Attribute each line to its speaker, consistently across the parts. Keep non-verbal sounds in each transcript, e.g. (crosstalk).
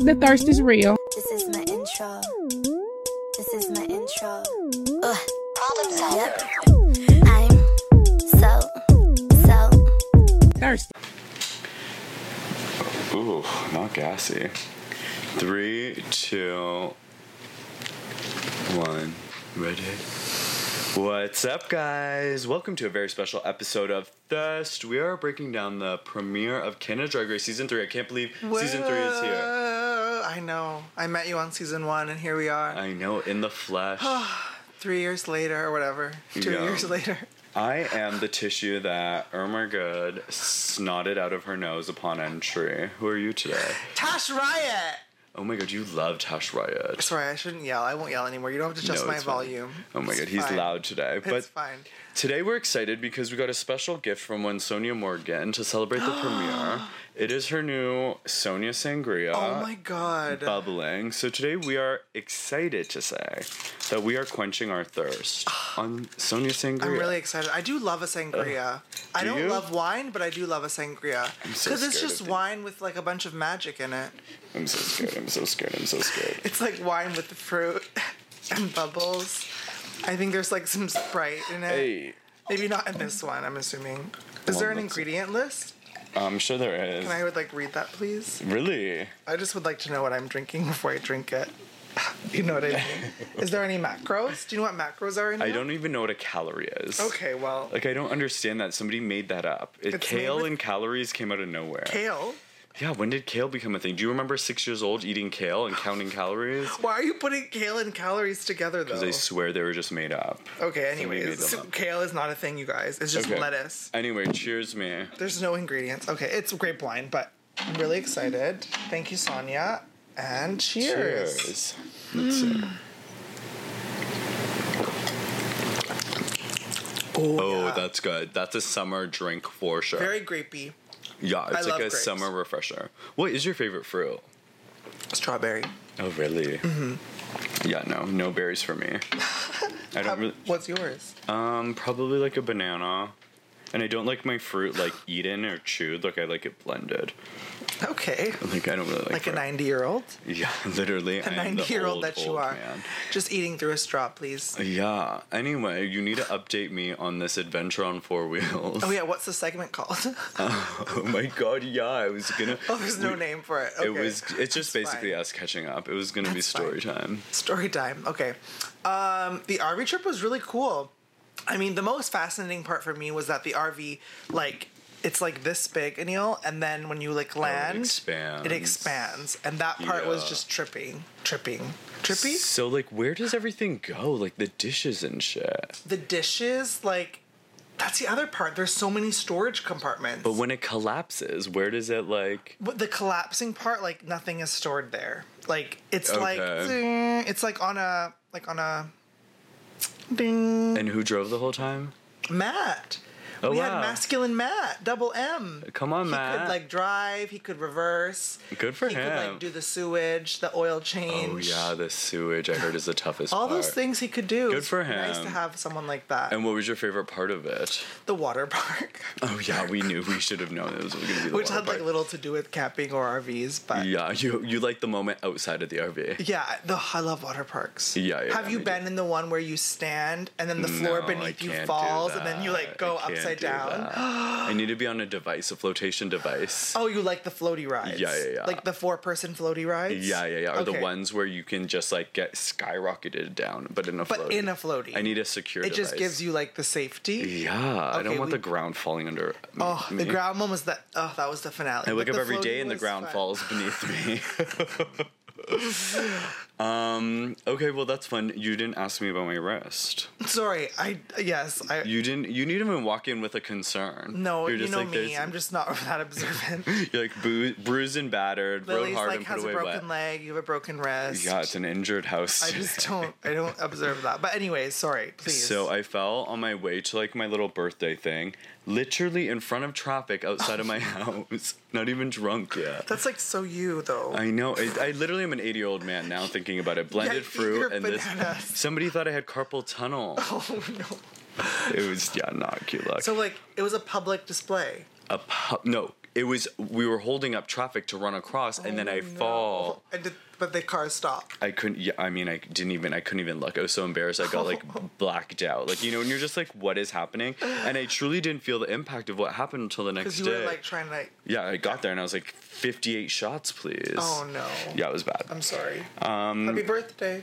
Speaker 1: The thirst is real.
Speaker 2: This is my intro. This is my intro. Ugh. Problem solver. Yep. I'm so so
Speaker 1: Thirsty.
Speaker 3: Ooh, not gassy. Three, two, one. Ready? What's up, guys? Welcome to a very special episode of Thirst. We are breaking down the premiere of Canada Drag Race Season 3. I can't believe Season 3 is here.
Speaker 4: Whoa, I know. I met you on season one, and here we are,
Speaker 3: I know, in the
Speaker 4: (sighs)
Speaker 3: flesh.
Speaker 4: three years later, or whatever. Two
Speaker 3: Yeah.
Speaker 4: years later.
Speaker 3: I am the tissue that Irma Good snotted out of her nose upon entry. Who are you today?
Speaker 4: Tash Riot!
Speaker 3: Oh my god, you love Tash Riot.
Speaker 4: Sorry, I shouldn't yell. I won't yell anymore. You don't have to adjust
Speaker 3: No,
Speaker 4: my
Speaker 3: it's fine.
Speaker 4: volume.
Speaker 3: Oh my
Speaker 4: It's
Speaker 3: god, he's
Speaker 4: fine.
Speaker 3: loud today. But
Speaker 4: It's fine.
Speaker 3: Today we're excited because we got a special gift from one Sonia Morgan to celebrate
Speaker 4: (gasps)
Speaker 3: the premiere. It is her new Sonia Sangria.
Speaker 4: oh my god.
Speaker 3: Bubbling. So today we are excited to say that we are quenching our
Speaker 4: (sighs)
Speaker 3: thirst on Sonia Sangria.
Speaker 4: I'm really excited. I do love a sangria. I
Speaker 3: do
Speaker 4: don't
Speaker 3: you?
Speaker 4: love wine, but I do love a sangria. Because
Speaker 3: so
Speaker 4: it's
Speaker 3: scared
Speaker 4: just
Speaker 3: of you.
Speaker 4: wine with like a bunch of magic in it.
Speaker 3: I'm so scared. I'm so scared. I'm
Speaker 4: (laughs)
Speaker 3: so scared.
Speaker 4: It's like wine with the fruit (laughs) and bubbles. I think there's like some Sprite in it.
Speaker 3: Hey,
Speaker 4: Maybe not in this one, I'm assuming. Is
Speaker 3: Well,
Speaker 4: there an
Speaker 3: let's-
Speaker 4: ingredient list?
Speaker 3: I'm sure there is.
Speaker 4: And I would like read that, please.
Speaker 3: Really?
Speaker 4: I just would like to know what I'm drinking (laughs) before I drink it. you know what I mean? Is there any macros? Do you know what macros are in
Speaker 3: I
Speaker 4: here?
Speaker 3: don't even know what a calorie is.
Speaker 4: Okay, well,
Speaker 3: Like I don't understand that somebody made that up. It,
Speaker 4: It's made
Speaker 3: kale
Speaker 4: with-
Speaker 3: and calories came out of nowhere.
Speaker 4: kale.
Speaker 3: Yeah, when did kale become a thing? Do you remember six years old eating kale and counting
Speaker 4: (sighs)
Speaker 3: calories?
Speaker 4: Why are you putting kale and calories together though?
Speaker 3: Because I swear they were just made up.
Speaker 4: okay,
Speaker 3: Somebody made
Speaker 4: anyways,
Speaker 3: them
Speaker 4: so
Speaker 3: up.
Speaker 4: kale is not a thing, you guys. It's just
Speaker 3: Okay.
Speaker 4: lettuce.
Speaker 3: Anyway, cheers, me.
Speaker 4: There's no ingredients. Okay, it's grape wine, but I'm really excited. Thank you, Sonia. And cheers. Mm.
Speaker 3: Cheers. Let's see.
Speaker 4: Oh,
Speaker 3: Oh,
Speaker 4: yeah.
Speaker 3: that's good. That's a summer drink for sure.
Speaker 4: very grapey.
Speaker 3: yeah, it's like
Speaker 4: love
Speaker 3: a
Speaker 4: grapes.
Speaker 3: summer refresher. What is your favorite fruit?
Speaker 4: Strawberry.
Speaker 3: Oh, really? Mm-hmm. Yeah, no, no berries for
Speaker 4: (laughs)
Speaker 3: me. I
Speaker 4: How-
Speaker 3: don't really.
Speaker 4: What's yours?
Speaker 3: Um, probably like a banana. And I don't like my fruit like eaten or chewed. Like I like it blended.
Speaker 4: Okay.
Speaker 3: Like I don't really like.
Speaker 4: Like a
Speaker 3: fruit.
Speaker 4: 90 year old?
Speaker 3: Yeah, (laughs) literally.
Speaker 4: A 90 year old that you are. Just eating through a straw, please.
Speaker 3: Yeah. Anyway, you need to update me on this adventure on four wheels.
Speaker 4: Oh, yeah, what's the segment called?
Speaker 3: (laughs)
Speaker 4: (laughs)
Speaker 3: Oh my god, yeah. I was gonna.
Speaker 4: oh, there's no
Speaker 3: we-
Speaker 4: name for it. Okay.
Speaker 3: It was. It's just
Speaker 4: That's
Speaker 3: basically
Speaker 4: fine.
Speaker 3: us catching up. It was gonna be
Speaker 4: That's fine.
Speaker 3: story time.
Speaker 4: Story time. Okay. Um, the RV trip was really cool. I mean, the most fascinating part for me was that the RV, like, it's like this big, Anil, and then when you like land,
Speaker 3: expands.
Speaker 4: it Oh, expands, and that part was
Speaker 3: Yeah.
Speaker 4: just tripping, tripping, trippy.
Speaker 3: So like, where does everything go? Like the dishes and shit.
Speaker 4: The dishes, like, that's the other part. There's so many storage compartments.
Speaker 3: But when it collapses, where does it like?
Speaker 4: But the collapsing part, like nothing is stored there. Like it's like
Speaker 3: Okay.
Speaker 4: it's like on a like on a ding
Speaker 3: And who drove the whole time?
Speaker 4: Matt.
Speaker 3: Oh,
Speaker 4: we
Speaker 3: wow.
Speaker 4: had masculine Matt, double M.
Speaker 3: Come on,
Speaker 4: he
Speaker 3: Matt.
Speaker 4: could like drive. He could reverse.
Speaker 3: Good for
Speaker 4: he
Speaker 3: him.
Speaker 4: could like do the sewage, the oil change.
Speaker 3: oh yeah, the sewage. I heard is the toughest.
Speaker 4: All
Speaker 3: part.
Speaker 4: those things he could do.
Speaker 3: Good
Speaker 4: It's
Speaker 3: for
Speaker 4: Nice
Speaker 3: him.
Speaker 4: to have someone like that.
Speaker 3: And what was your favorite part of it?
Speaker 4: the water (laughs) park,
Speaker 3: Oh yeah, we knew. We should have known it was going to be the
Speaker 4: which
Speaker 3: water
Speaker 4: had like
Speaker 3: park.
Speaker 4: little to do with camping or RVs, but
Speaker 3: Yeah, you you like the moment outside of the RV.
Speaker 4: Yeah, the I love water parks.
Speaker 3: Yeah, yeah,
Speaker 4: Have
Speaker 3: yeah,
Speaker 4: you
Speaker 3: me
Speaker 4: been in the one where you stand and then the floor
Speaker 3: No, I
Speaker 4: beneath you
Speaker 3: can't do
Speaker 4: falls and then you
Speaker 3: that.
Speaker 4: like go
Speaker 3: I can't
Speaker 4: upside
Speaker 3: do that.
Speaker 4: down?
Speaker 3: I need to be on a device, a flotation device.
Speaker 4: (gasps) Oh, you like the floaty rides?
Speaker 3: Yeah, yeah, yeah.
Speaker 4: Like the four person floaty rides?
Speaker 3: Yeah, yeah, yeah. Or the
Speaker 4: Okay.
Speaker 3: ones where you can just like get skyrocketed down, but in a
Speaker 4: But
Speaker 3: floaty.
Speaker 4: in a floaty.
Speaker 3: I need a secure.
Speaker 4: It just
Speaker 3: device.
Speaker 4: gives you like the safety.
Speaker 3: Yeah, I don't
Speaker 4: Okay,
Speaker 3: want
Speaker 4: we-
Speaker 3: the ground falling under.
Speaker 4: Oh,
Speaker 3: me.
Speaker 4: the ground one was that. Oh, that was the finale.
Speaker 3: I wake
Speaker 4: But
Speaker 3: up
Speaker 4: the
Speaker 3: every day
Speaker 4: floaty
Speaker 3: and the
Speaker 4: was
Speaker 3: ground
Speaker 4: fun.
Speaker 3: falls beneath me. (laughs) um. Okay. Well, that's fun. You didn't ask me about my wrist.
Speaker 4: (laughs) Sorry, I yes, I
Speaker 3: You didn't. You didn't even walk in with a concern.
Speaker 4: no,
Speaker 3: You're
Speaker 4: you
Speaker 3: just
Speaker 4: know
Speaker 3: like,
Speaker 4: me.
Speaker 3: there's-
Speaker 4: I'm just not (laughs) that
Speaker 3: (laughs)
Speaker 4: observant.
Speaker 3: You're like bru- bruised and battered, rode
Speaker 4: Lily's
Speaker 3: hard
Speaker 4: like
Speaker 3: and
Speaker 4: has
Speaker 3: put
Speaker 4: a
Speaker 3: away
Speaker 4: broken
Speaker 3: wet.
Speaker 4: leg. You have a broken wrist.
Speaker 3: Yeah, it's an injured house. (laughs)
Speaker 4: I just don't. I don't observe that. But anyways, sorry. Please.
Speaker 3: So I fell on my way to like my little birthday thing, literally in front of traffic outside of
Speaker 4: (laughs)
Speaker 3: my house. Not even drunk yet.
Speaker 4: That's like so you though.
Speaker 3: I know. I, I literally am an 80 year old man now thinking about it. Blended
Speaker 4: eat
Speaker 3: fruit
Speaker 4: your
Speaker 3: and
Speaker 4: bananas.
Speaker 3: this. (laughs) Somebody thought I had carpal tunnel.
Speaker 4: (laughs) (laughs) oh no.
Speaker 3: It was, yeah, not cute luck.
Speaker 4: So like it was a public display.
Speaker 3: a pub, no, It was we were holding up traffic to run across, and
Speaker 4: Oh,
Speaker 3: then I fall.
Speaker 4: And did, but the car stopped.
Speaker 3: I couldn't. Yeah, I mean, I didn't even. I couldn't even look. I was so embarrassed. I got
Speaker 4: (laughs)
Speaker 3: like blacked out. Like you know, and you're just like, what is happening? And I truly didn't feel the impact of what happened until the next
Speaker 4: Because you
Speaker 3: day.
Speaker 4: were like trying to like,
Speaker 3: yeah, I got there and I was like, 58 shots, please.
Speaker 4: oh no.
Speaker 3: Yeah, it was bad.
Speaker 4: I'm sorry. Um, Happy birthday.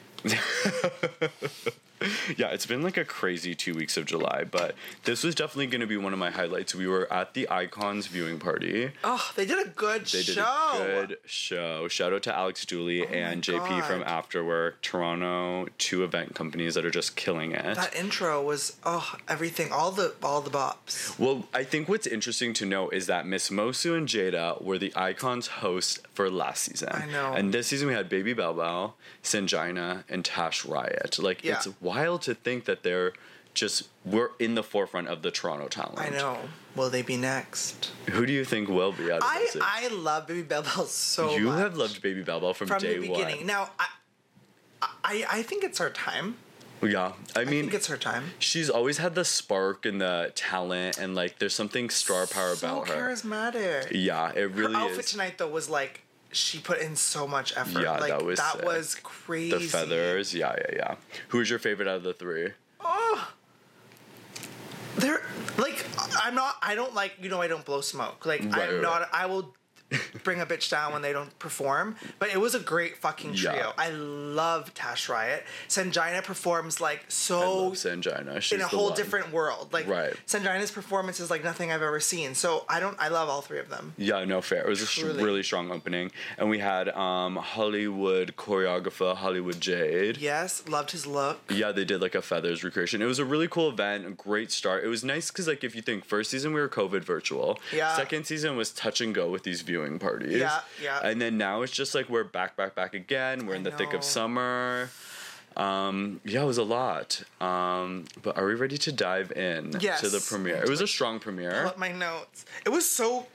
Speaker 3: Yeah, it's been like a crazy two weeks of July, but this was definitely going to be one of my highlights. We were at the Icons viewing party.
Speaker 4: Oh, they did a good
Speaker 3: They did
Speaker 4: show. Oh
Speaker 3: a good show. Shout out to Alex Dooley and JP from
Speaker 4: God.
Speaker 3: Afterwork, Toronto, two event companies that are just killing it.
Speaker 4: That intro was oh everything, all the all the bops.
Speaker 3: well, I think what's interesting to know is that Miss Mosu and Jada were the Icons hosts for last season.
Speaker 4: I know.
Speaker 3: And this season we had Baby Bell Bell, Sanjina, and Tash Riot. Like,
Speaker 4: Yeah.
Speaker 3: it's wild to think that they're just, we're in the forefront of the Toronto talent.
Speaker 4: I know. Will they be next?
Speaker 3: Who do you think will be out of
Speaker 4: I
Speaker 3: this?
Speaker 4: I love Baby Bell Bell so
Speaker 3: you
Speaker 4: much.
Speaker 3: have loved Baby Bell Bell from,
Speaker 4: from
Speaker 3: day
Speaker 4: the beginning.
Speaker 3: one.
Speaker 4: Now I, I I think it's her time.
Speaker 3: yeah, I
Speaker 4: I
Speaker 3: mean,
Speaker 4: think it's her time.
Speaker 3: she's always had the spark and the talent, and like there's something star power
Speaker 4: so
Speaker 3: about her.
Speaker 4: charismatic.
Speaker 3: Yeah, it
Speaker 4: her
Speaker 3: really
Speaker 4: outfit
Speaker 3: is.
Speaker 4: tonight though was like she put in so much effort.
Speaker 3: Yeah,
Speaker 4: like,
Speaker 3: that was
Speaker 4: that
Speaker 3: sick.
Speaker 4: was crazy.
Speaker 3: The feathers, yeah, yeah, yeah. Who is your favorite out of the three?
Speaker 4: They're Oh! like I'm not. I don't like you know. I don't blow smoke. Like
Speaker 3: Right,
Speaker 4: I'm
Speaker 3: right,
Speaker 4: not.
Speaker 3: right.
Speaker 4: I will bring a bitch down when they don't perform. But it was a great fucking
Speaker 3: Yeah.
Speaker 4: trio. I love Tash Riot. Sanjina performs like
Speaker 3: I
Speaker 4: so
Speaker 3: love Sanjina. She's
Speaker 4: Oh, in a
Speaker 3: the
Speaker 4: whole
Speaker 3: one.
Speaker 4: different world. Like
Speaker 3: Right.
Speaker 4: Sanjina's performance is like nothing I've ever seen. So I don't. I love all three of them.
Speaker 3: Yeah, no fair. It was a sh-
Speaker 4: Truly.
Speaker 3: really strong opening, and we had um, Hollywood choreographer Hollywood Jade.
Speaker 4: Yes, loved his look.
Speaker 3: Yeah, they did like a feathers recreation. It was a really cool event, a great start. It was nice because like if you think first season we were COVID virtual.
Speaker 4: Yeah.
Speaker 3: Second season was touch and go with these viewing parties.
Speaker 4: Yeah, yeah.
Speaker 3: And then now it's just like we're back, back, back again. We're in
Speaker 4: I
Speaker 3: the thick
Speaker 4: know.
Speaker 3: of summer. Um, yeah, it was a lot. Um, but are we ready to dive in
Speaker 4: Yes.
Speaker 3: to the premiere? It was a strong premiere.
Speaker 4: But my notes. It was so.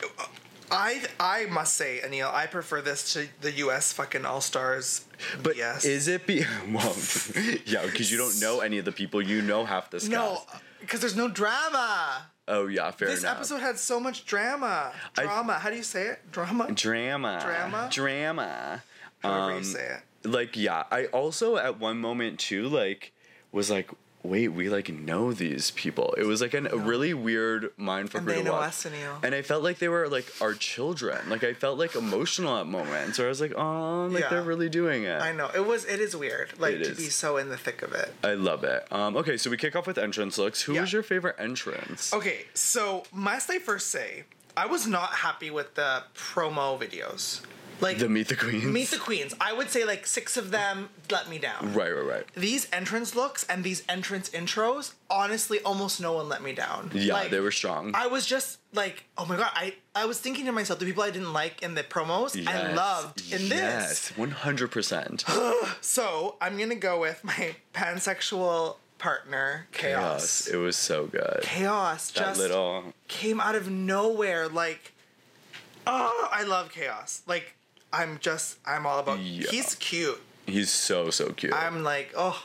Speaker 4: I I must say, Anil, I prefer this to the U.S. fucking All Stars.
Speaker 3: But
Speaker 4: yes.
Speaker 3: is it be (laughs) well yeah, because you don't know any of the people, you know half this
Speaker 4: No,
Speaker 3: cast.
Speaker 4: because there's no drama.
Speaker 3: Oh yeah, fair
Speaker 4: this
Speaker 3: enough.
Speaker 4: episode had so much drama.
Speaker 3: I-
Speaker 4: Drama. How do you say it? Drama.
Speaker 3: Drama.
Speaker 4: Drama?
Speaker 3: Drama.
Speaker 4: However you say it.
Speaker 3: like yeah i also at one moment too like was like wait we like know these people it was like an, a really weird mind for
Speaker 4: And
Speaker 3: her
Speaker 4: they
Speaker 3: to
Speaker 4: know
Speaker 3: watch.
Speaker 4: us, Anil.
Speaker 3: and i felt like they were like our children like i felt like emotional at moments or i was like oh like
Speaker 4: Yeah.
Speaker 3: they're really doing it
Speaker 4: I know it was. It is weird, like
Speaker 3: It
Speaker 4: to
Speaker 3: is.
Speaker 4: be so in the thick of it.
Speaker 3: I love it um okay so we kick off with entrance looks who
Speaker 4: Yeah.
Speaker 3: was your favorite entrance
Speaker 4: Okay, so must I first say, I was not happy with the promo videos. Like
Speaker 3: the meet the queens
Speaker 4: Meet the Queens. I would say like six of them let me down.
Speaker 3: right right right
Speaker 4: These entrance looks and these entrance intros, honestly, almost no one let me down.
Speaker 3: yeah
Speaker 4: Like,
Speaker 3: they were strong
Speaker 4: I was just like, oh my god, I, I was thinking to myself, the people I didn't like in the promos, I
Speaker 3: Yes,
Speaker 4: loved in
Speaker 3: yes
Speaker 4: this. (gasps)
Speaker 3: 100%
Speaker 4: So I'm gonna go with my pansexual partner, Chaos.
Speaker 3: yes it was so good
Speaker 4: Chaos
Speaker 3: that
Speaker 4: just
Speaker 3: little
Speaker 4: came out of nowhere. Like, oh, I love Chaos. Like, I'm just, I'm all about.
Speaker 3: Yeah.
Speaker 4: He's cute.
Speaker 3: he's so so cute
Speaker 4: I'm like, oh,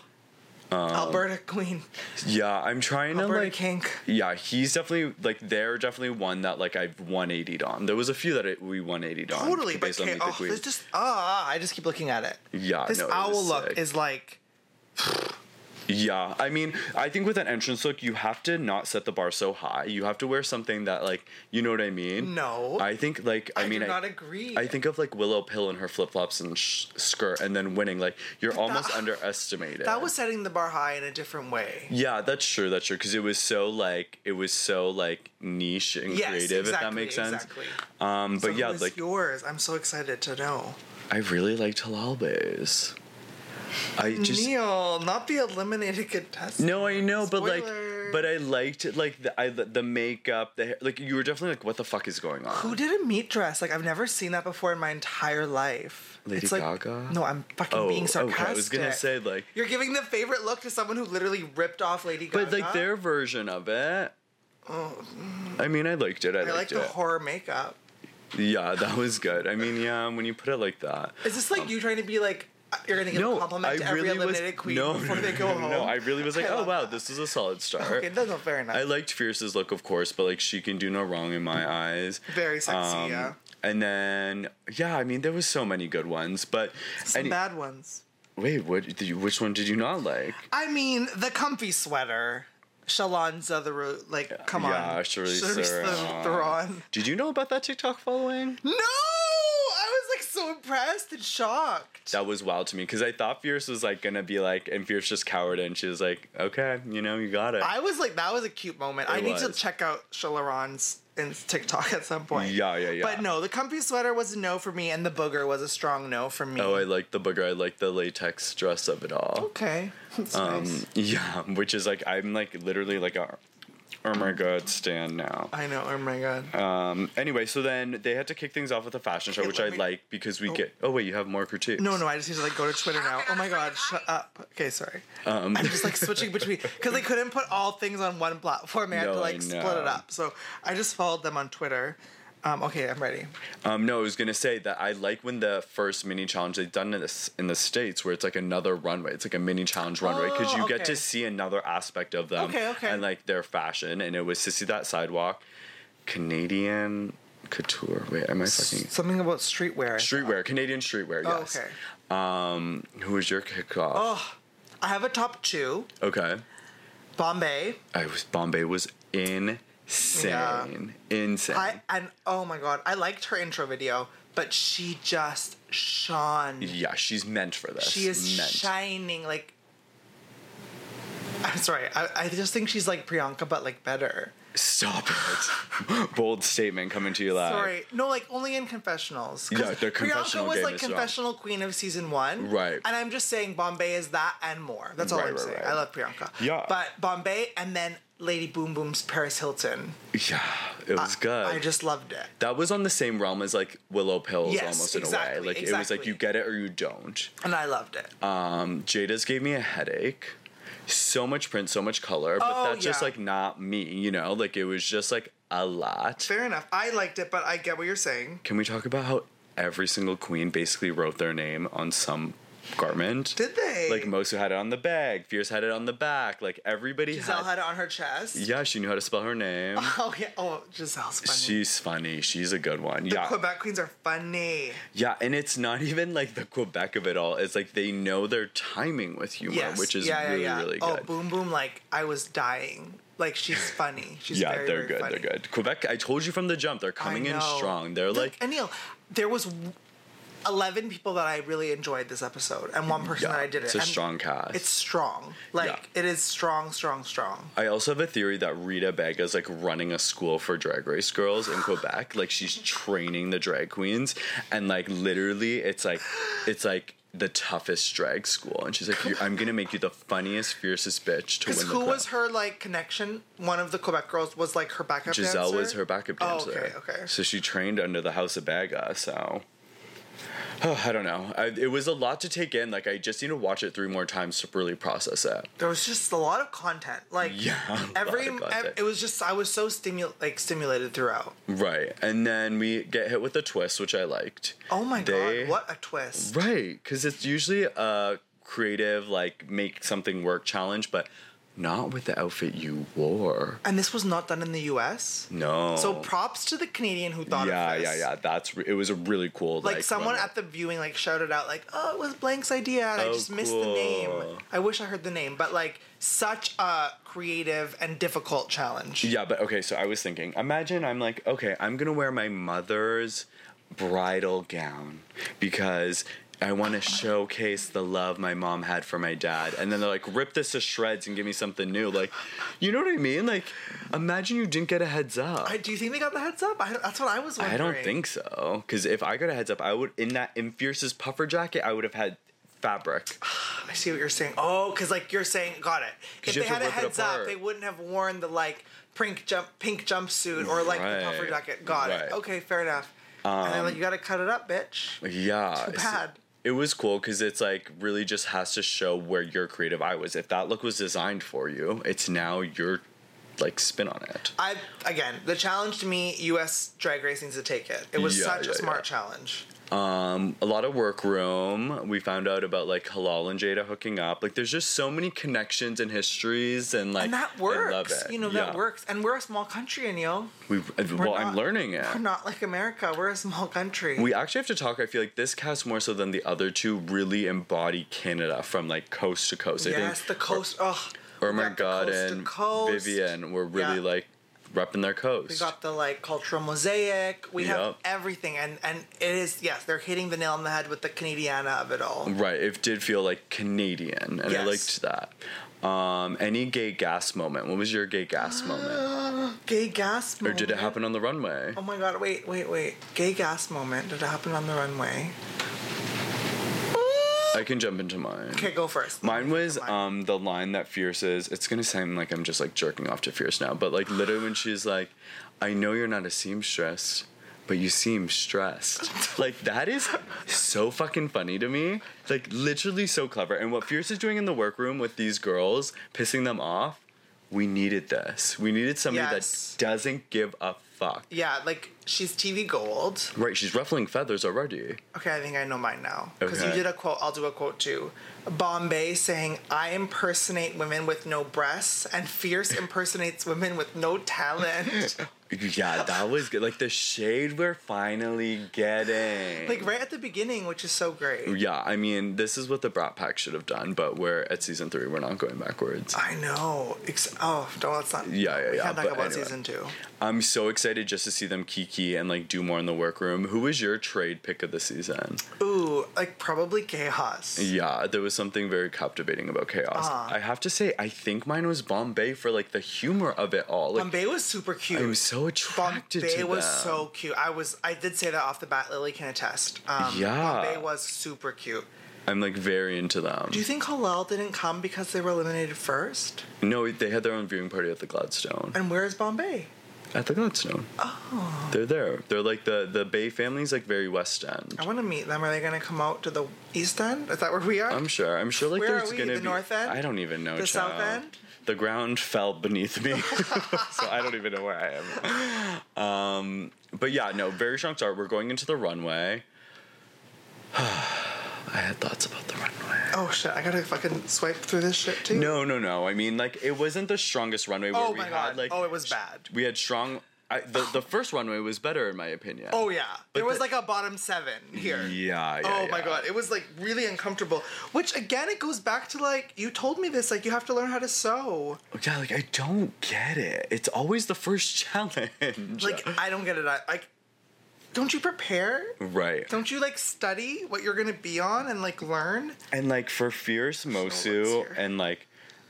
Speaker 4: Alberta Queen,
Speaker 3: Yeah, Um, I'm trying to
Speaker 4: Alberta
Speaker 3: like.
Speaker 4: Kink.
Speaker 3: Yeah, he's definitely like they're definitely one that like I've 180'd on. There was a few that I, we 180'd on.
Speaker 4: Totally, but
Speaker 3: on
Speaker 4: Chaos,
Speaker 3: Meet the
Speaker 4: oh,
Speaker 3: Queen.
Speaker 4: there's just ah, I just keep looking at it.
Speaker 3: Yeah,
Speaker 4: This
Speaker 3: no, it was
Speaker 4: owl look
Speaker 3: sick.
Speaker 4: is like
Speaker 3: Yeah, I mean, I think with an entrance look, you have to not set the bar so high. You have to wear something that like you know what I mean.
Speaker 4: No.
Speaker 3: I think like I,
Speaker 4: I
Speaker 3: mean
Speaker 4: do
Speaker 3: I
Speaker 4: not agree.
Speaker 3: I think of like Willow Pill in her flip flops and sh- skirt, and then winning. Like you're
Speaker 4: (laughs)
Speaker 3: almost underestimated.
Speaker 4: that was setting the bar high in a different way.
Speaker 3: Yeah, that's true. That's true. Because it was so like it was so like niche and
Speaker 4: Yes,
Speaker 3: creative.
Speaker 4: exactly,
Speaker 3: if that makes sense.
Speaker 4: Exactly.
Speaker 3: Um,
Speaker 4: So
Speaker 3: but yeah,
Speaker 4: who is
Speaker 3: like
Speaker 4: yours. I'm so excited to know.
Speaker 3: I really liked halal bays. I just
Speaker 4: Neil, not the eliminated contestant.
Speaker 3: no, I know, but
Speaker 4: Spoiler.
Speaker 3: like, but I liked like the I, the makeup, the hair, like you were definitely like, what the fuck is going on?
Speaker 4: Who did a meat dress? Like I've never seen that before in my entire life.
Speaker 3: Lady
Speaker 4: It's like-
Speaker 3: Gaga?
Speaker 4: No, I'm fucking
Speaker 3: Oh,
Speaker 4: being sarcastic.
Speaker 3: okay. I was gonna say like,
Speaker 4: You're giving the favorite look to someone who literally ripped off Lady Gaga.
Speaker 3: but like their version of it. I mean, I liked it. I,
Speaker 4: Oh. I like
Speaker 3: liked
Speaker 4: the
Speaker 3: it.
Speaker 4: horror makeup.
Speaker 3: yeah, that was good. I mean, yeah, when you put it like that, Um,
Speaker 4: Is this like you trying to be like you're gonna give a compliment to every eliminated queen before they go
Speaker 3: no,
Speaker 4: home.
Speaker 3: No, I really was like,
Speaker 4: I
Speaker 3: oh
Speaker 4: love
Speaker 3: wow,
Speaker 4: that.
Speaker 3: this is a solid star.
Speaker 4: Okay, that's not fair enough.
Speaker 3: I liked Fierce's look, of course, but like she can do no wrong in my eyes. Um,
Speaker 4: Very sexy, yeah.
Speaker 3: And then yeah, I mean there was so many good ones, but
Speaker 4: Some
Speaker 3: any-
Speaker 4: bad ones.
Speaker 3: wait, what? Did you, which one did you not like?
Speaker 4: I mean, the comfy sweater. Shalonza the ro- like come
Speaker 3: yeah, Uh,
Speaker 4: on.
Speaker 3: Charlize
Speaker 4: Charlize
Speaker 3: Theron.
Speaker 4: Theron.
Speaker 3: Did you know about that TikTok following?
Speaker 4: No! I was like so impressed and shocked.
Speaker 3: That was wild to me because I thought Fierce was like gonna be like, and Fierce just cowered and she was like, okay, you know, you got it.
Speaker 4: I was like, that was a cute moment. I
Speaker 3: It
Speaker 4: need to
Speaker 3: was.
Speaker 4: check out Shalaron's in TikTok at some point.
Speaker 3: Yeah, yeah, yeah.
Speaker 4: But no, the comfy sweater was a no for me, and the booger was a strong no for me.
Speaker 3: Oh, I like the booger. I like the latex dress of it all. Mm,
Speaker 4: okay. (laughs) That's
Speaker 3: Um,
Speaker 4: nice.
Speaker 3: Yeah, which is like I'm like literally like a oh my god stand now.
Speaker 4: I know. Oh my god.
Speaker 3: Um. Anyway, so then they had to kick things off with a fashion show,
Speaker 4: Okay,
Speaker 3: which
Speaker 4: let
Speaker 3: I
Speaker 4: me-
Speaker 3: like because we get. Oh wait, you have more critiques.
Speaker 4: No, no, I just need to like go to Twitter now. Oh my god, shut up. Okay, sorry.
Speaker 3: Um,
Speaker 4: I'm just like switching between because they couldn't put all things on one platform. They had
Speaker 3: No,
Speaker 4: to
Speaker 3: I
Speaker 4: like split it
Speaker 3: know.
Speaker 4: up. So I just followed them on Twitter. Um, okay, I'm ready.
Speaker 3: Um, no, I was gonna say that I like when the first mini challenge they've done in this in the states where it's like another runway. It's like a mini challenge runway because
Speaker 4: Oh,
Speaker 3: you get
Speaker 4: okay.
Speaker 3: to see another aspect of them
Speaker 4: Okay, okay.
Speaker 3: and like their fashion. And it was to see that sidewalk, Canadian couture. Wait, am I fucking
Speaker 4: Something about streetwear.
Speaker 3: streetwear? Canadian streetwear.
Speaker 4: Oh,
Speaker 3: Yes.
Speaker 4: okay. Oh.
Speaker 3: Um, who was your kickoff?
Speaker 4: I have a top two.
Speaker 3: Okay.
Speaker 4: Bombay.
Speaker 3: I was Bombay was insane, insane.
Speaker 4: I and oh my god, I liked her intro video, but she just shone.
Speaker 3: yeah, she's meant for this.
Speaker 4: She is
Speaker 3: meant.
Speaker 4: shining like. I'm sorry. I, I just think she's like Priyanka, but like better.
Speaker 3: Stop it! (laughs) Bold statement coming to you live.
Speaker 4: Sorry, no, like only in confessionals. 'Cause
Speaker 3: Yeah, the confessional
Speaker 4: Priyanka was
Speaker 3: game
Speaker 4: like
Speaker 3: is wrong.
Speaker 4: confessional queen of season one,
Speaker 3: Right.
Speaker 4: And I'm just saying Bombay is that and more. That's all
Speaker 3: Right,
Speaker 4: I'm
Speaker 3: right,
Speaker 4: saying.
Speaker 3: right.
Speaker 4: I love Priyanka.
Speaker 3: Yeah.
Speaker 4: but Bombay and then Lady Boom Boom's Paris Hilton.
Speaker 3: Yeah, it was good.
Speaker 4: I just loved it.
Speaker 3: that was on the same realm as like Willow Pills,
Speaker 4: Yes,
Speaker 3: almost in a
Speaker 4: exactly,
Speaker 3: way. Like it was like
Speaker 4: exactly.
Speaker 3: you get it or you don't.
Speaker 4: And I loved it.
Speaker 3: Um, Jada's gave me a headache. So much print, so much color, but
Speaker 4: Oh,
Speaker 3: that's just
Speaker 4: yeah.
Speaker 3: like not me, you know. Like it was just like a lot.
Speaker 4: Fair enough. I liked it, but I get what you're saying.
Speaker 3: Can we talk about how every single queen basically wrote their name on some garment?
Speaker 4: Did they?
Speaker 3: Like Mosu had it on the bag, Fierce had it on the back. Like everybody
Speaker 4: Giselle had it on her chest.
Speaker 3: Yeah, she knew how to spell her name.
Speaker 4: Oh yeah. Oh, Giselle's funny.
Speaker 3: She's funny. She's a good one. yeah.
Speaker 4: Quebec queens are funny.
Speaker 3: yeah, and it's not even like the Quebec of it all. It's like they know their timing with humor,
Speaker 4: Yes.
Speaker 3: which is
Speaker 4: yeah, yeah,
Speaker 3: really,
Speaker 4: yeah.
Speaker 3: really
Speaker 4: Oh,
Speaker 3: good.
Speaker 4: boom boom! Like I was dying.
Speaker 3: (laughs)
Speaker 4: Like she's funny. She's
Speaker 3: yeah,
Speaker 4: very,
Speaker 3: they're
Speaker 4: very
Speaker 3: good.
Speaker 4: funny.
Speaker 3: They're good. Quebec, I told you from the jump, they're
Speaker 4: I
Speaker 3: coming in
Speaker 4: know.
Speaker 3: strong. They're
Speaker 4: Look,
Speaker 3: like,
Speaker 4: Anil, there was w- eleven people that I really enjoyed this episode, and one person
Speaker 3: Yeah,
Speaker 4: that I did it.
Speaker 3: it's a
Speaker 4: and
Speaker 3: strong cast.
Speaker 4: It's strong. Like
Speaker 3: Yeah.
Speaker 4: it is strong, strong, strong.
Speaker 3: I also have a theory that Rita Bega is like running a school for drag race girls in Quebec. Like she's training the drag queens, and like literally, it's like, it's like the toughest drag school. And she's like, "You- "I'm gonna make you the funniest, fiercest bitch to win."
Speaker 4: Because
Speaker 3: the
Speaker 4: who
Speaker 3: crown."
Speaker 4: was her like connection? One of the Quebec girls was like her backup.
Speaker 3: Giselle
Speaker 4: dancer?
Speaker 3: was her backup dancer.
Speaker 4: Oh, okay, okay.
Speaker 3: So she trained under the House of Baga. So. (sighs) Oh, I don't know. I, it was a lot to take in. Like I just need to watch it three more times to really process it. (laughs)
Speaker 4: there was just a lot of content. Like
Speaker 3: Yeah, a lot
Speaker 4: every,
Speaker 3: of content.
Speaker 4: ev- it was just I was so stimu- like stimulated throughout.
Speaker 3: Right, and then we get hit with a twist, which I liked.
Speaker 4: Oh my
Speaker 3: They-
Speaker 4: god, what a twist!
Speaker 3: Right, because it's usually a creative, like make something work challenge, but not with the outfit you wore.
Speaker 4: And this was not done in the U.S.
Speaker 3: No.
Speaker 4: So props to the Canadian who thought
Speaker 3: yeah,
Speaker 4: of
Speaker 3: yeah,
Speaker 4: this.
Speaker 3: yeah. That's re- it was a really cool.
Speaker 4: Like, someone
Speaker 3: runway.
Speaker 4: at the viewing like shouted out like, "Oh, it was Blank's idea," and I
Speaker 3: Oh,
Speaker 4: just missed the name.
Speaker 3: cool.
Speaker 4: I wish I heard the name, but like such a creative and difficult challenge.
Speaker 3: Yeah, but okay. So I was thinking. Imagine I'm like, okay, I'm gonna wear my mother's bridal gown because. I want to showcase the love my mom had for my dad. And then they're like, rip this to shreds and give me something new. Like, you know what I mean? Like, imagine you didn't get a heads up.
Speaker 4: I, do you think they got the heads up? I, that's what I was wondering.
Speaker 3: I don't think so. Because if I got a heads up, I would in that in Fierce's puffer jacket, I would have had fabric.
Speaker 4: I see what you're saying. Oh, because like you're saying, got it. If
Speaker 3: 'Cause
Speaker 4: they
Speaker 3: you have
Speaker 4: had
Speaker 3: to
Speaker 4: a
Speaker 3: rip it
Speaker 4: heads up,
Speaker 3: apart.
Speaker 4: they wouldn't have worn the like pink jump pink jumpsuit or like the puffer
Speaker 3: Right,
Speaker 4: jacket. Got it.
Speaker 3: right.
Speaker 4: Okay, fair enough. and then like you gotta cut it up, bitch.
Speaker 3: Yeah,
Speaker 4: Too
Speaker 3: it's-
Speaker 4: bad.
Speaker 3: It was cool because it's like really just has to show where your creative eye was. If that look was designed for you, it's now your like spin on it.
Speaker 4: I again, the challenge to me, U.S. drag race needs to take it. It was
Speaker 3: Yeah,
Speaker 4: such
Speaker 3: yeah,
Speaker 4: a smart
Speaker 3: yeah.
Speaker 4: challenge.
Speaker 3: um, a lot of workroom. We found out about like Halal and Jada hooking up. Like, there's just so many connections and histories, and like
Speaker 4: and that
Speaker 3: I love
Speaker 4: works.
Speaker 3: it.
Speaker 4: You know
Speaker 3: Yeah.
Speaker 4: that works. And we're a small country, and yo,
Speaker 3: We well,
Speaker 4: not-
Speaker 3: I'm learning it.
Speaker 4: we're not like America. We're a small country.
Speaker 3: We actually have to talk. I feel like this cast more so than the other two really embody Canada from like coast to coast. I
Speaker 4: yes,
Speaker 3: think
Speaker 4: the coast. Oh, we
Speaker 3: Irma
Speaker 4: got the
Speaker 3: God
Speaker 4: coast to
Speaker 3: and
Speaker 4: coast.
Speaker 3: Vivian were really
Speaker 4: Yeah.
Speaker 3: like repping their coast.
Speaker 4: We got the like cultural mosaic. We have
Speaker 3: Yup.
Speaker 4: everything, and and it is yes, they're hitting the nail on the head with the Canadiana of it all.
Speaker 3: Right, it did feel like Canadian, and I
Speaker 4: Yes.
Speaker 3: liked that. Um, any gay gas moment? What was your gay gas moment?
Speaker 4: (gasps) Gay gas.
Speaker 3: Mm. Or did it happen on the runway?
Speaker 4: Oh my god! Wait, wait, wait! Gay gas moment. Did it happen on the runway?
Speaker 3: I can jump into mine.
Speaker 4: Okay, go first.
Speaker 3: Mine was
Speaker 4: Mine.
Speaker 3: um the line that Fierce is. It's gonna sound like I'm just like jerking off to Fierce now, but like literally when she's like, "I know you're not a seamstress, but you seem
Speaker 4: (laughs)
Speaker 3: stressed." like that is so fucking funny to me. Like literally so clever. And what Fierce is doing in the workroom with these girls, pissing them off. We needed this. We needed somebody
Speaker 4: Yes.
Speaker 3: that doesn't give a fuck.
Speaker 4: Yeah, like she's TV gold.
Speaker 3: Right? She's ruffling feathers already.
Speaker 4: Okay, I think I know mine now. Because you
Speaker 3: Okay.
Speaker 4: did a quote, I'll do a quote too. Bombay saying, I impersonate women with no breasts, and Fierce impersonates women with no
Speaker 3: (laughs)
Speaker 4: talent.
Speaker 3: Yeah, that was good. Like the shade we're finally getting.
Speaker 4: like right at the beginning, which is so great.
Speaker 3: Yeah, I mean, this is what the Brat Pack should have done, but we're at season three. We're not going backwards.
Speaker 4: I know. Ex- oh, don't let's not.
Speaker 3: Yeah, yeah,
Speaker 4: We
Speaker 3: yeah,
Speaker 4: can't talk
Speaker 3: but
Speaker 4: about
Speaker 3: anyway.
Speaker 4: season two.
Speaker 3: I'm so excited just to see them kiki and like do more in the workroom. Who was your trade pick of the season?
Speaker 4: Ooh, like probably chaos.
Speaker 3: Yeah, there was something very captivating about chaos.
Speaker 4: Ah.
Speaker 3: I have to say, I think mine was Bombay for like the humor of it all. Like,
Speaker 4: Bombay was super cute.
Speaker 3: I'm so attracted
Speaker 4: Bombay
Speaker 3: to
Speaker 4: was
Speaker 3: them.
Speaker 4: so cute. I was I did say that off the bat. Lily can attest. Um,
Speaker 3: Yeah.
Speaker 4: Bombay was super cute.
Speaker 3: I'm like very into them.
Speaker 4: Do you think Halal didn't come because they were eliminated first?
Speaker 3: no, they had their own viewing party at the Gladstone.
Speaker 4: And where is Bombay?
Speaker 3: At the Gladstone. Oh. They're there. They're like the the Bay family's like very West End.
Speaker 4: I want to meet them. Are they going to come out to the East End? Is that where we are?
Speaker 3: I'm sure. I'm sure. Like
Speaker 4: Where
Speaker 3: there's
Speaker 4: are we?
Speaker 3: gonna
Speaker 4: The
Speaker 3: be.
Speaker 4: North End?
Speaker 3: I don't even know.
Speaker 4: The South
Speaker 3: child.
Speaker 4: End?
Speaker 3: The ground fell beneath
Speaker 4: (laughs)
Speaker 3: me, so I don't even know where I am. Um, but yeah, no, very strong start. We're going into the runway. (sighs) I had thoughts about the runway.
Speaker 4: oh shit! I gotta fucking swipe through this shit too.
Speaker 3: No, no, no. I mean, like it wasn't the strongest runway. Where
Speaker 4: Oh
Speaker 3: we
Speaker 4: my
Speaker 3: had,
Speaker 4: god!
Speaker 3: Like,
Speaker 4: oh, it was bad.
Speaker 3: We had strong. I, the the first runway was better in my opinion.
Speaker 4: Oh yeah, there was
Speaker 3: the-
Speaker 4: like a bottom seven here.
Speaker 3: Yeah. yeah
Speaker 4: oh my
Speaker 3: yeah.
Speaker 4: god, it was like really uncomfortable. Which again, it goes back to like you told me this. Like you have to learn how to sew.
Speaker 3: Yeah, like I don't get it. It's always the first (laughs) challenge.
Speaker 4: Like I don't get it. I like. Don't you prepare?
Speaker 3: right.
Speaker 4: Don't you like study what you're gonna be on and like learn?
Speaker 3: And like for Fierce Mosu
Speaker 4: here.
Speaker 3: and like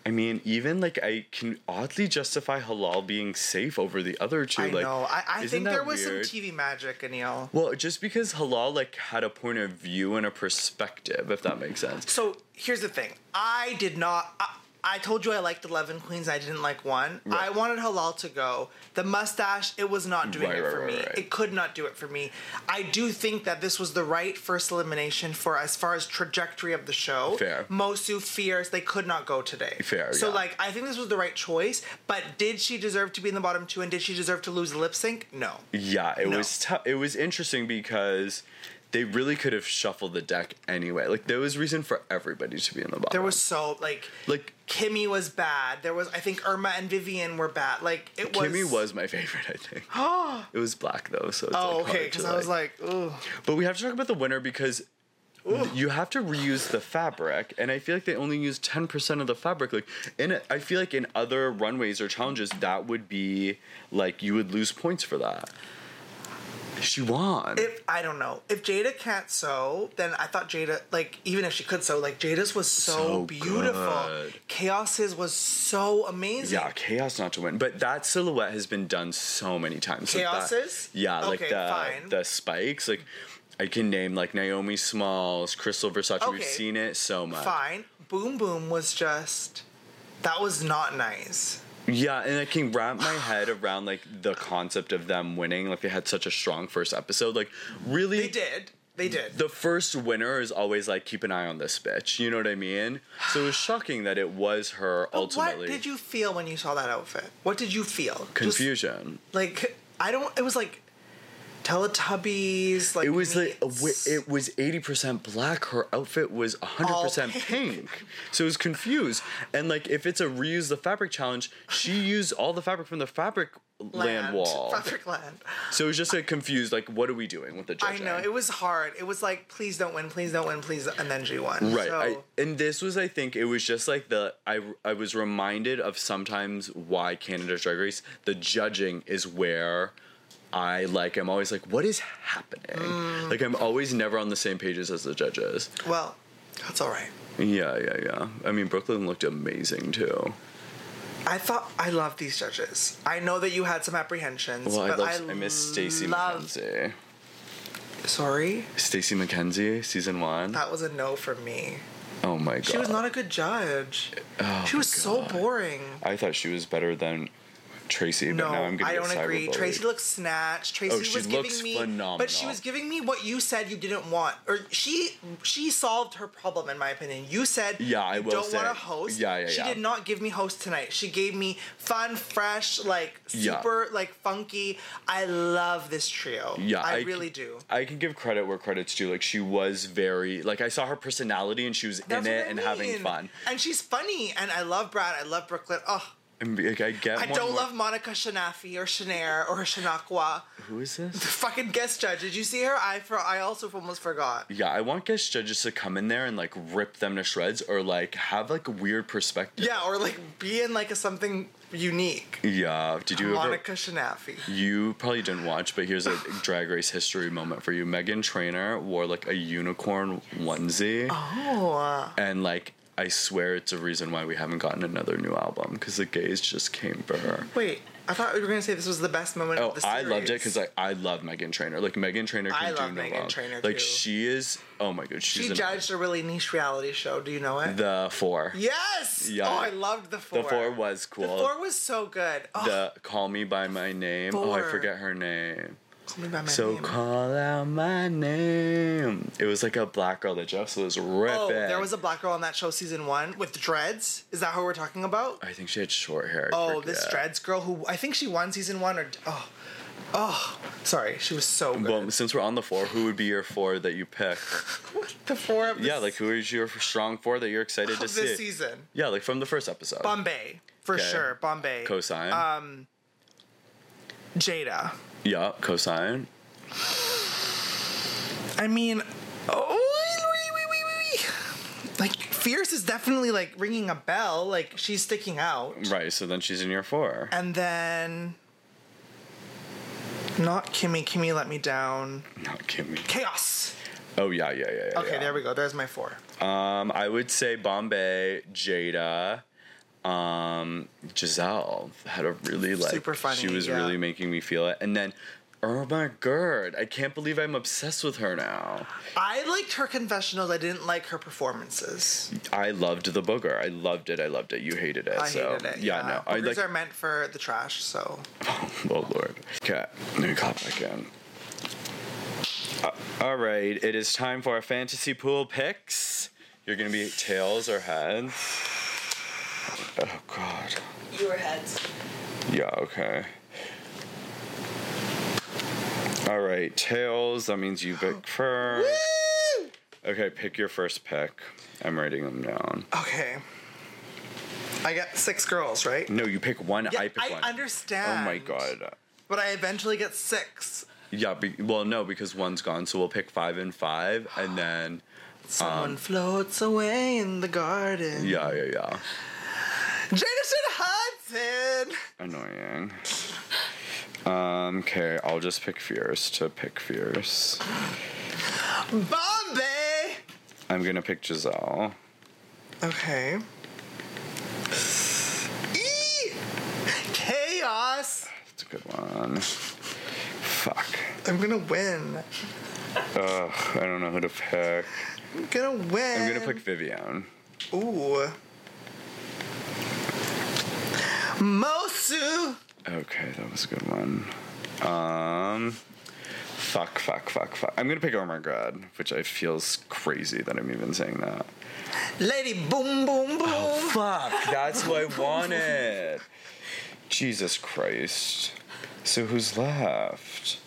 Speaker 3: I mean, even like I can oddly justify halal being safe over the other two.
Speaker 4: I
Speaker 3: like,
Speaker 4: know. I, I
Speaker 3: isn't
Speaker 4: think
Speaker 3: that
Speaker 4: there was
Speaker 3: weird?
Speaker 4: some TV magic, Anil.
Speaker 3: Well, just because halal like had a point of view and a perspective, if that makes sense.
Speaker 4: So here's the thing. I did not. I, I told you I liked eleven queens. I didn't like one. I wanted halal to go. The mustache. It was not doing
Speaker 3: Right,
Speaker 4: it
Speaker 3: right,
Speaker 4: for
Speaker 3: right,
Speaker 4: me.
Speaker 3: right.
Speaker 4: It could not do it for me. I do think that this was the right first elimination for as far as trajectory of the show.
Speaker 3: Fair.
Speaker 4: Mosu fierce. They could not go today.
Speaker 3: Fair,
Speaker 4: So
Speaker 3: yeah.
Speaker 4: like, I think this was the right choice. But did she deserve to be in the bottom two? And did she deserve to lose the lip sync? No.
Speaker 3: Yeah, it
Speaker 4: No.
Speaker 3: was tough. It was interesting because they really could have shuffled the deck anyway. Like there was reason for everybody to be in the bottom.
Speaker 4: There was so like.
Speaker 3: like
Speaker 4: Kimmy was bad. There was, I think, Irma and Vivian were bad. Like it was.
Speaker 3: Kimmy was my favorite, I think.
Speaker 4: (gasps)
Speaker 3: it was black though, so it's
Speaker 4: Oh,
Speaker 3: like,
Speaker 4: okay.
Speaker 3: hard to,
Speaker 4: Because I was like, ooh.
Speaker 3: But we have to talk about the winner because th- you have to reuse the fabric, and I feel like they only use ten percent of the fabric. Like in, a, I feel like in other runways or challenges, that would be like you would lose points for that. She won.
Speaker 4: If I don't know. If Jada can't sew, then I thought Jada, like, even if she could sew, like Jada's was so,
Speaker 3: So
Speaker 4: beautiful.
Speaker 3: good.
Speaker 4: Chaos's was so amazing.
Speaker 3: yeah, chaos not to win, but that silhouette has been done so many times. Like, that-
Speaker 4: Chaos's?
Speaker 3: yeah, like
Speaker 4: Okay,
Speaker 3: the
Speaker 4: fine.
Speaker 3: the spikes, like. I can name like Naomi Smalls, Crystal Versace. We've
Speaker 4: Okay.
Speaker 3: seen it so much.
Speaker 4: Fine. Boom Boom was just. That was not nice.
Speaker 3: Yeah, and I can wrap
Speaker 4: (sighs)
Speaker 3: my head around like the concept of them winning. Like they had such a strong first episode. Like really,
Speaker 4: They did. They did.
Speaker 3: the first winner is always like keep an eye on this bitch. You know what I mean? So it
Speaker 4: (sighs)
Speaker 3: was shocking that it was her ultimately.
Speaker 4: What did you feel when you saw that outfit? What did you feel? Just,
Speaker 3: Confusion.
Speaker 4: like I don't. It was like Teletubbies. Like
Speaker 3: It was like a wi-
Speaker 4: meets-
Speaker 3: it was eighty percent black. Her outfit was hundred percent pink, so it was confused. And like, if it's a reuse the fabric challenge,
Speaker 4: (sighs)
Speaker 3: she used all the fabric from the fabric land, wall.
Speaker 4: (laughs) Fabric land.
Speaker 3: So it was just like confused. Like, what are we doing with the
Speaker 4: I
Speaker 3: judging?
Speaker 4: know it was hard. It was like, please don't win, please don't win, please, and then she won.
Speaker 3: Right.
Speaker 4: So,
Speaker 3: I, and this was, I think, it was just like the I I was reminded of sometimes why Canada's Drag Race the judging is where I like I'm always like what is happening
Speaker 4: Mm.
Speaker 3: like I'm always never on the same pages as the judges.
Speaker 4: well, that's all right.
Speaker 3: Yeah, yeah, yeah. I mean, Brooklyn looked amazing too.
Speaker 4: I thought I love these judges. I know that you had some apprehensions,
Speaker 3: Well, I
Speaker 4: but
Speaker 3: love I, miss Stacey
Speaker 4: love-
Speaker 3: McKenzie.
Speaker 4: Sorry,
Speaker 3: Stacey McKenzie, season one.
Speaker 4: that was a no for me.
Speaker 3: oh my god,
Speaker 4: Uh, She was not a good judge.
Speaker 3: Oh
Speaker 4: she was
Speaker 3: my
Speaker 4: so
Speaker 3: God.
Speaker 4: boring.
Speaker 3: I thought she was better than Tracy, but
Speaker 4: no,
Speaker 3: now I'm gonna
Speaker 4: I
Speaker 3: get
Speaker 4: don't agree.
Speaker 3: cyberbullied.
Speaker 4: Tracy looked snatched. Tracy
Speaker 3: Oh, she
Speaker 4: was giving
Speaker 3: looks
Speaker 4: me, but she
Speaker 3: phenomenal.
Speaker 4: was giving me what you said you didn't want, or she she solved her problem in my opinion. You said,
Speaker 3: Yeah, I
Speaker 4: you
Speaker 3: will
Speaker 4: don't want
Speaker 3: say-
Speaker 4: a host.
Speaker 3: Yeah, yeah,
Speaker 4: She
Speaker 3: yeah.
Speaker 4: did not give me host tonight. She gave me fun, fresh, like
Speaker 3: Yeah.
Speaker 4: super, like funky. I love this trio.
Speaker 3: Yeah,
Speaker 4: I,
Speaker 3: c-
Speaker 4: really do.
Speaker 3: I can give credit where credit's due. Like she was very like I saw her personality and she was
Speaker 4: That's
Speaker 3: in
Speaker 4: what
Speaker 3: it
Speaker 4: I
Speaker 3: and having
Speaker 4: mean.
Speaker 3: fun.
Speaker 4: and she's funny, and I love Brad. I love Brooklyn. Oh.
Speaker 3: And like I get.
Speaker 4: I
Speaker 3: one
Speaker 4: don't
Speaker 3: more-
Speaker 4: love Monica Shanafi or Shanair or Shanakwa.
Speaker 3: Who is this?
Speaker 4: Fucking guest judge. Did you see her? I for I also almost forgot.
Speaker 3: Yeah, I want guest judges to come in there and like rip them to shreds or like have like a weird perspective.
Speaker 4: Yeah, or like be in like a something unique.
Speaker 3: Yeah. Did you ever?
Speaker 4: Monica Shanafi.
Speaker 3: You probably didn't watch, but
Speaker 4: (sighs)
Speaker 3: here's a drag race history moment for you. Megan Trainer wore like a unicorn onesie.
Speaker 4: Oh, uh,
Speaker 3: And like I swear it's a reason why we haven't gotten another new album because the gays just came for her.
Speaker 4: wait. I thought you were gonna say this was the best moment.
Speaker 3: Oh,
Speaker 4: of the
Speaker 3: I
Speaker 4: series.
Speaker 3: loved it because I, I love Megan Trainer. Like Megan Trainer can
Speaker 4: I
Speaker 3: do
Speaker 4: love
Speaker 3: no
Speaker 4: Meghan
Speaker 3: wrong.
Speaker 4: Trainor,
Speaker 3: like
Speaker 4: too.
Speaker 3: she is oh my god, she's
Speaker 4: she
Speaker 3: an-
Speaker 4: judged a really niche reality show. Do you know it?
Speaker 3: the four.
Speaker 4: yes.
Speaker 3: Yeah.
Speaker 4: Oh, I loved the four.
Speaker 3: The four was cool.
Speaker 4: The four was so good. Oh,
Speaker 3: The Call Me by My Name. Oh, I
Speaker 4: Four.
Speaker 3: forget her name.
Speaker 4: call me by my
Speaker 3: so
Speaker 4: name.
Speaker 3: call out my name. It was like a black girl that just was ripping.
Speaker 4: Oh, there was a black girl on that show season one with dreads. Is that who we're talking about?
Speaker 3: I think she had short hair. I
Speaker 4: Oh, this
Speaker 3: forget.
Speaker 4: dreads girl who I think she won season one or oh, oh, sorry, she was so good. (laughs)
Speaker 3: Well, since we're on the four, who would be your four that you pick?
Speaker 4: the four of this,
Speaker 3: yeah, like who is your strong four that you're excited
Speaker 4: of
Speaker 3: to
Speaker 4: Oh, this
Speaker 3: see?
Speaker 4: season.
Speaker 3: Yeah, like from the first episode.
Speaker 4: Bombay for
Speaker 3: Okay.
Speaker 4: sure. Bombay.
Speaker 3: Cosine.
Speaker 4: Um, Jada.
Speaker 3: yeah, cosine.
Speaker 4: I mean, oh, wee, wee, wee, wee, wee. like fierce is definitely like ringing a bell. Like she's sticking out.
Speaker 3: Right, so then she's in your four.
Speaker 4: And then, not Kimmy. Kimmy let me down.
Speaker 3: Not Kimmy.
Speaker 4: Chaos.
Speaker 3: Oh yeah, yeah, yeah. yeah
Speaker 4: Okay, there we go. There's my four.
Speaker 3: go. Um, I would say Bombay, Jada, um, Giselle had a really like
Speaker 4: Super funny,
Speaker 3: She was
Speaker 4: yeah.
Speaker 3: really making me feel it, and then. Oh my god! I can't believe I'm obsessed with her now.
Speaker 4: I liked her confessionals. I didn't like her performances.
Speaker 3: I loved the booger. I loved it. I loved it. You hated it.
Speaker 4: I
Speaker 3: so.
Speaker 4: hated it.
Speaker 3: Yeah, no. I
Speaker 4: Boogers
Speaker 3: like.
Speaker 4: are meant for the trash, so
Speaker 3: Oh lord. Okay, let me clap back in. Uh, all right, it is time for our fantasy pool picks. You're gonna be tails or heads. Oh god.
Speaker 5: Your heads.
Speaker 3: Yeah. Okay. All right, tails. That means you
Speaker 4: (gasps)
Speaker 3: pick first. Okay, pick your first pick. I'm writing them down.
Speaker 4: okay. I got six girls, right?
Speaker 3: No, you pick one.
Speaker 4: Yeah,
Speaker 3: I pick
Speaker 4: I
Speaker 3: one.
Speaker 4: understand.
Speaker 3: Oh my god.
Speaker 4: But I eventually get six.
Speaker 3: Yeah. Be- well, no, because one's gone, so we'll pick five and five, (gasps) and then.
Speaker 4: Someone floats away in the garden.
Speaker 3: Um, Yeah, yeah, yeah.
Speaker 4: Jadison Hudson.
Speaker 3: Annoying. Um, okay, I'll just pick Fierce to pick Fierce.
Speaker 4: Bombay.
Speaker 3: I'm gonna pick Giselle.
Speaker 4: Okay. Eee! Chaos.
Speaker 3: That's a good one. Fuck.
Speaker 4: I'm gonna win.
Speaker 3: Ugh, I don't know who to pick.
Speaker 4: I'm gonna win.
Speaker 3: I'm gonna pick Vivian.
Speaker 4: Ooh. Mosu.
Speaker 3: Okay, that was a good one. Um, fuck, fuck, fuck, fuck. I'm gonna pick Oh My God, which I feels crazy that I'm even saying that.
Speaker 4: Lady Boom Boom Boom.
Speaker 3: Fuck, that's who I wanted. Jesus Christ. So who's left?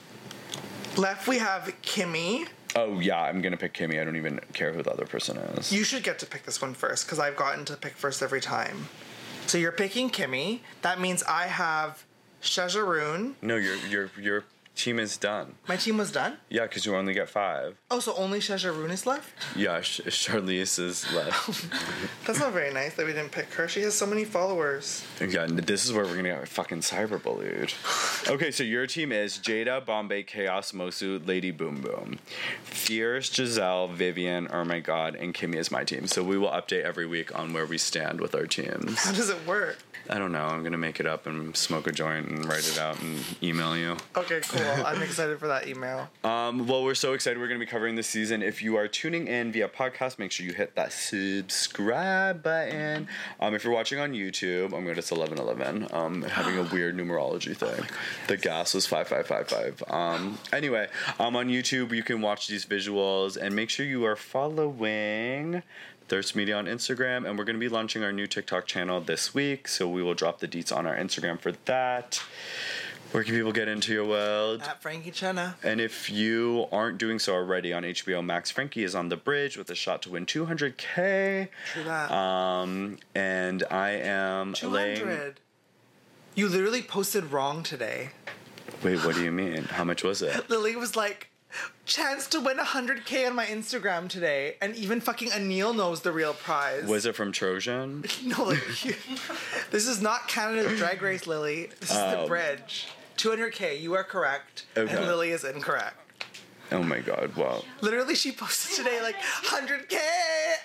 Speaker 4: Left we have Kimmy.
Speaker 3: Oh yeah, I'm gonna pick Kimmy. I don't even care who the other person is.
Speaker 4: You should get to pick this one first because I've gotten to pick first every time. So you're picking Kimmy. That means I have Shajaroon.
Speaker 3: no, your your your team is done.
Speaker 4: My team was done.
Speaker 3: Yeah, because you only get five.
Speaker 4: Oh, so only Shajaroon is left?
Speaker 3: Yeah, Sh- Charlize is left.
Speaker 4: That's not very nice that we didn't pick her. She has so many followers.
Speaker 3: yeah, and this is where we're gonna get fucking cyberbullied. Okay, so your team is Jada, Bombay, Chaos, Mosu, Lady Boom Boom, Fierce, Giselle, Vivian, Oh My God, and Kimmy is my team. So we will update every week on where we stand with our teams.
Speaker 4: How does it work?
Speaker 3: I don't know. I'm gonna make it up and smoke a joint and write it out and email you.
Speaker 4: Okay, cool. I'm excited for that email.
Speaker 3: Um, well, we're so excited. We're going to be covering this season. If you are tuning in via podcast, make sure you hit that subscribe button. Um, if you're watching on YouTube, I'm going to 1111. Um, having a weird numerology thing. the gas was 5555. Um, anyway, um, on YouTube, you can watch these visuals and make sure you are following Thirst Media on Instagram. And we're going to be launching our new TikTok channel this week. So we will drop the deets on our Instagram for that. Where can people get into your world?
Speaker 4: At Frankie Chenna.
Speaker 3: And if you aren't doing so already on HBO Max, Frankie is on the bridge with a shot to win 200k.
Speaker 4: True that.
Speaker 3: Um, and I am laying-
Speaker 4: 200. You literally posted wrong today.
Speaker 3: Wait, what do you mean? How much was it?
Speaker 4: Lily was like, chance to win 100K on my Instagram today. And even fucking Anil knows the real prize.
Speaker 3: Was it from Trojan?
Speaker 4: (laughs) no, like, you- this is not Canada's drag race, Lily. This is the bridge. 200K, you are correct.
Speaker 3: Um, Okay.
Speaker 4: And Lily is incorrect.
Speaker 3: Oh my god! Wow.
Speaker 4: Literally, she posted today like 100K.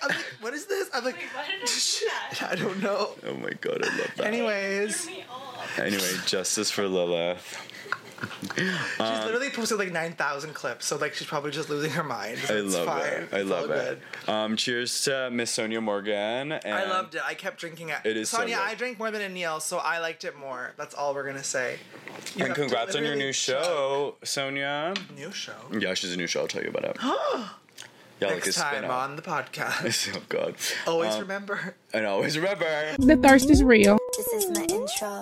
Speaker 4: I'm like, what is this? I'm like,
Speaker 5: why did I do
Speaker 4: (laughs)
Speaker 5: that?
Speaker 4: I don't know.
Speaker 3: Oh my god! I love that.
Speaker 4: Anyways,
Speaker 5: Me all.
Speaker 3: Anyway, justice for Lilith. Um,
Speaker 4: she's literally posted like 9,000 clips, so like she's probably just losing her mind.
Speaker 3: I
Speaker 4: It's
Speaker 3: love
Speaker 4: fine.
Speaker 3: it. I
Speaker 4: It's
Speaker 3: love
Speaker 4: all
Speaker 3: it.
Speaker 4: good.
Speaker 3: Um, cheers to Miss Sonia Morgan. And
Speaker 4: I loved it. I kept drinking it.
Speaker 3: Um, It is so
Speaker 4: Sonia,
Speaker 3: good.
Speaker 4: I drank more than Anil, so I liked it more. That's all we're gonna say. You
Speaker 3: And
Speaker 4: have to
Speaker 3: congrats on your
Speaker 4: literally
Speaker 3: new show, Sonia.
Speaker 4: chug. New show.
Speaker 3: Yeah, she's a new show. I'll tell you
Speaker 4: (gasps)
Speaker 3: about it. yeah, like a
Speaker 4: Next time
Speaker 3: spin-off.
Speaker 4: on the
Speaker 3: (laughs)
Speaker 4: podcast. (laughs)
Speaker 3: oh god.
Speaker 4: Always remember.
Speaker 3: And always remember.
Speaker 1: The thirst is real.
Speaker 2: This is my intro.